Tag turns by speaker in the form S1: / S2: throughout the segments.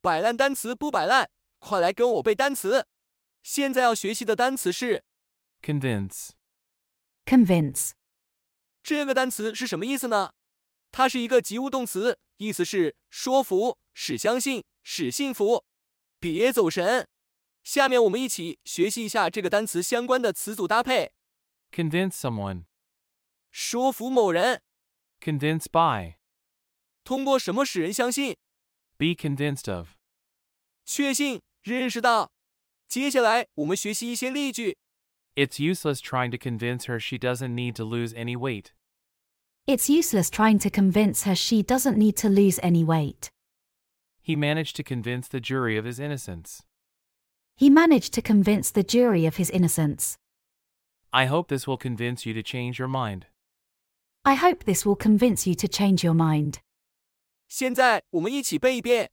S1: 摆烂单词不摆烂，快来跟我背单词。现在要学习的单词是
S2: convince,
S3: convince,
S1: 这个单词是什么意思呢？它是一个及物动词，意思是说服、使相信、使信服。别走神，下面我们一起学习一下这个单词相关的词组搭配：
S2: convince someone,
S1: 说服某人，
S2: convince by,
S1: 通过什么使人相信、
S2: be convinced of,
S1: 确信、认识到。接下来我们学习一些例句。
S2: It's useless trying to convince her she doesn't need to lose any weight.
S3: It's useless trying to convince her she doesn't need to lose any weight.
S2: He managed to convince the jury of his innocence.
S3: He managed to convince the jury of his innocence.
S2: I hope this will convince you to change your mind.
S3: I hope this will convince you to change your mind.
S1: 现在我们一起背一遍。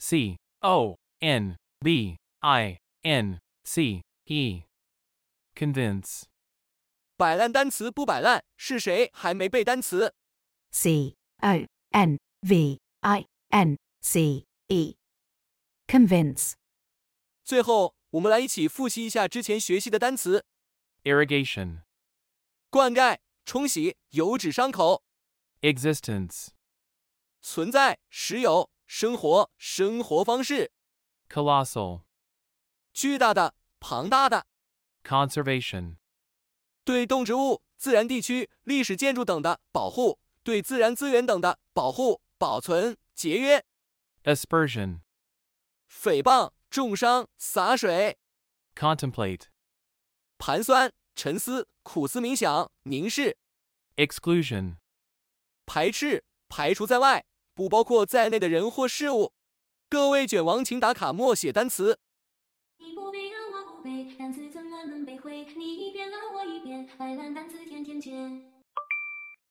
S2: C O N B I N C E. Convince.
S1: 摆烂单词不摆烂，是谁还没背单词？
S3: C O N V I N C E. Convince,
S1: 最后，我们来一起复习一下之前学习的单词：
S2: Irrigation.
S1: 灌溉、冲洗、油脂伤口、
S2: Existence.
S1: 存在、石油、生活、生活方式、
S2: Colossal.
S1: 巨大的、庞大的、
S2: Conservation.
S1: 对动植物、自然地区、历史建筑等的保护，对自然资源等的保护、保存、节约、
S2: Aspersion.
S1: 诽谤、重伤、洒水、
S2: Contemplate.
S1: 盘算、沉思、苦思冥想、凝视、
S2: Exclusion.
S1: 排斥、排除在外，不包括在内的人或事物。各位卷王，请打卡默写单词。
S4: 你不背让我不背，单词怎么能背会？你一遍让我一遍，白烂单词天天见。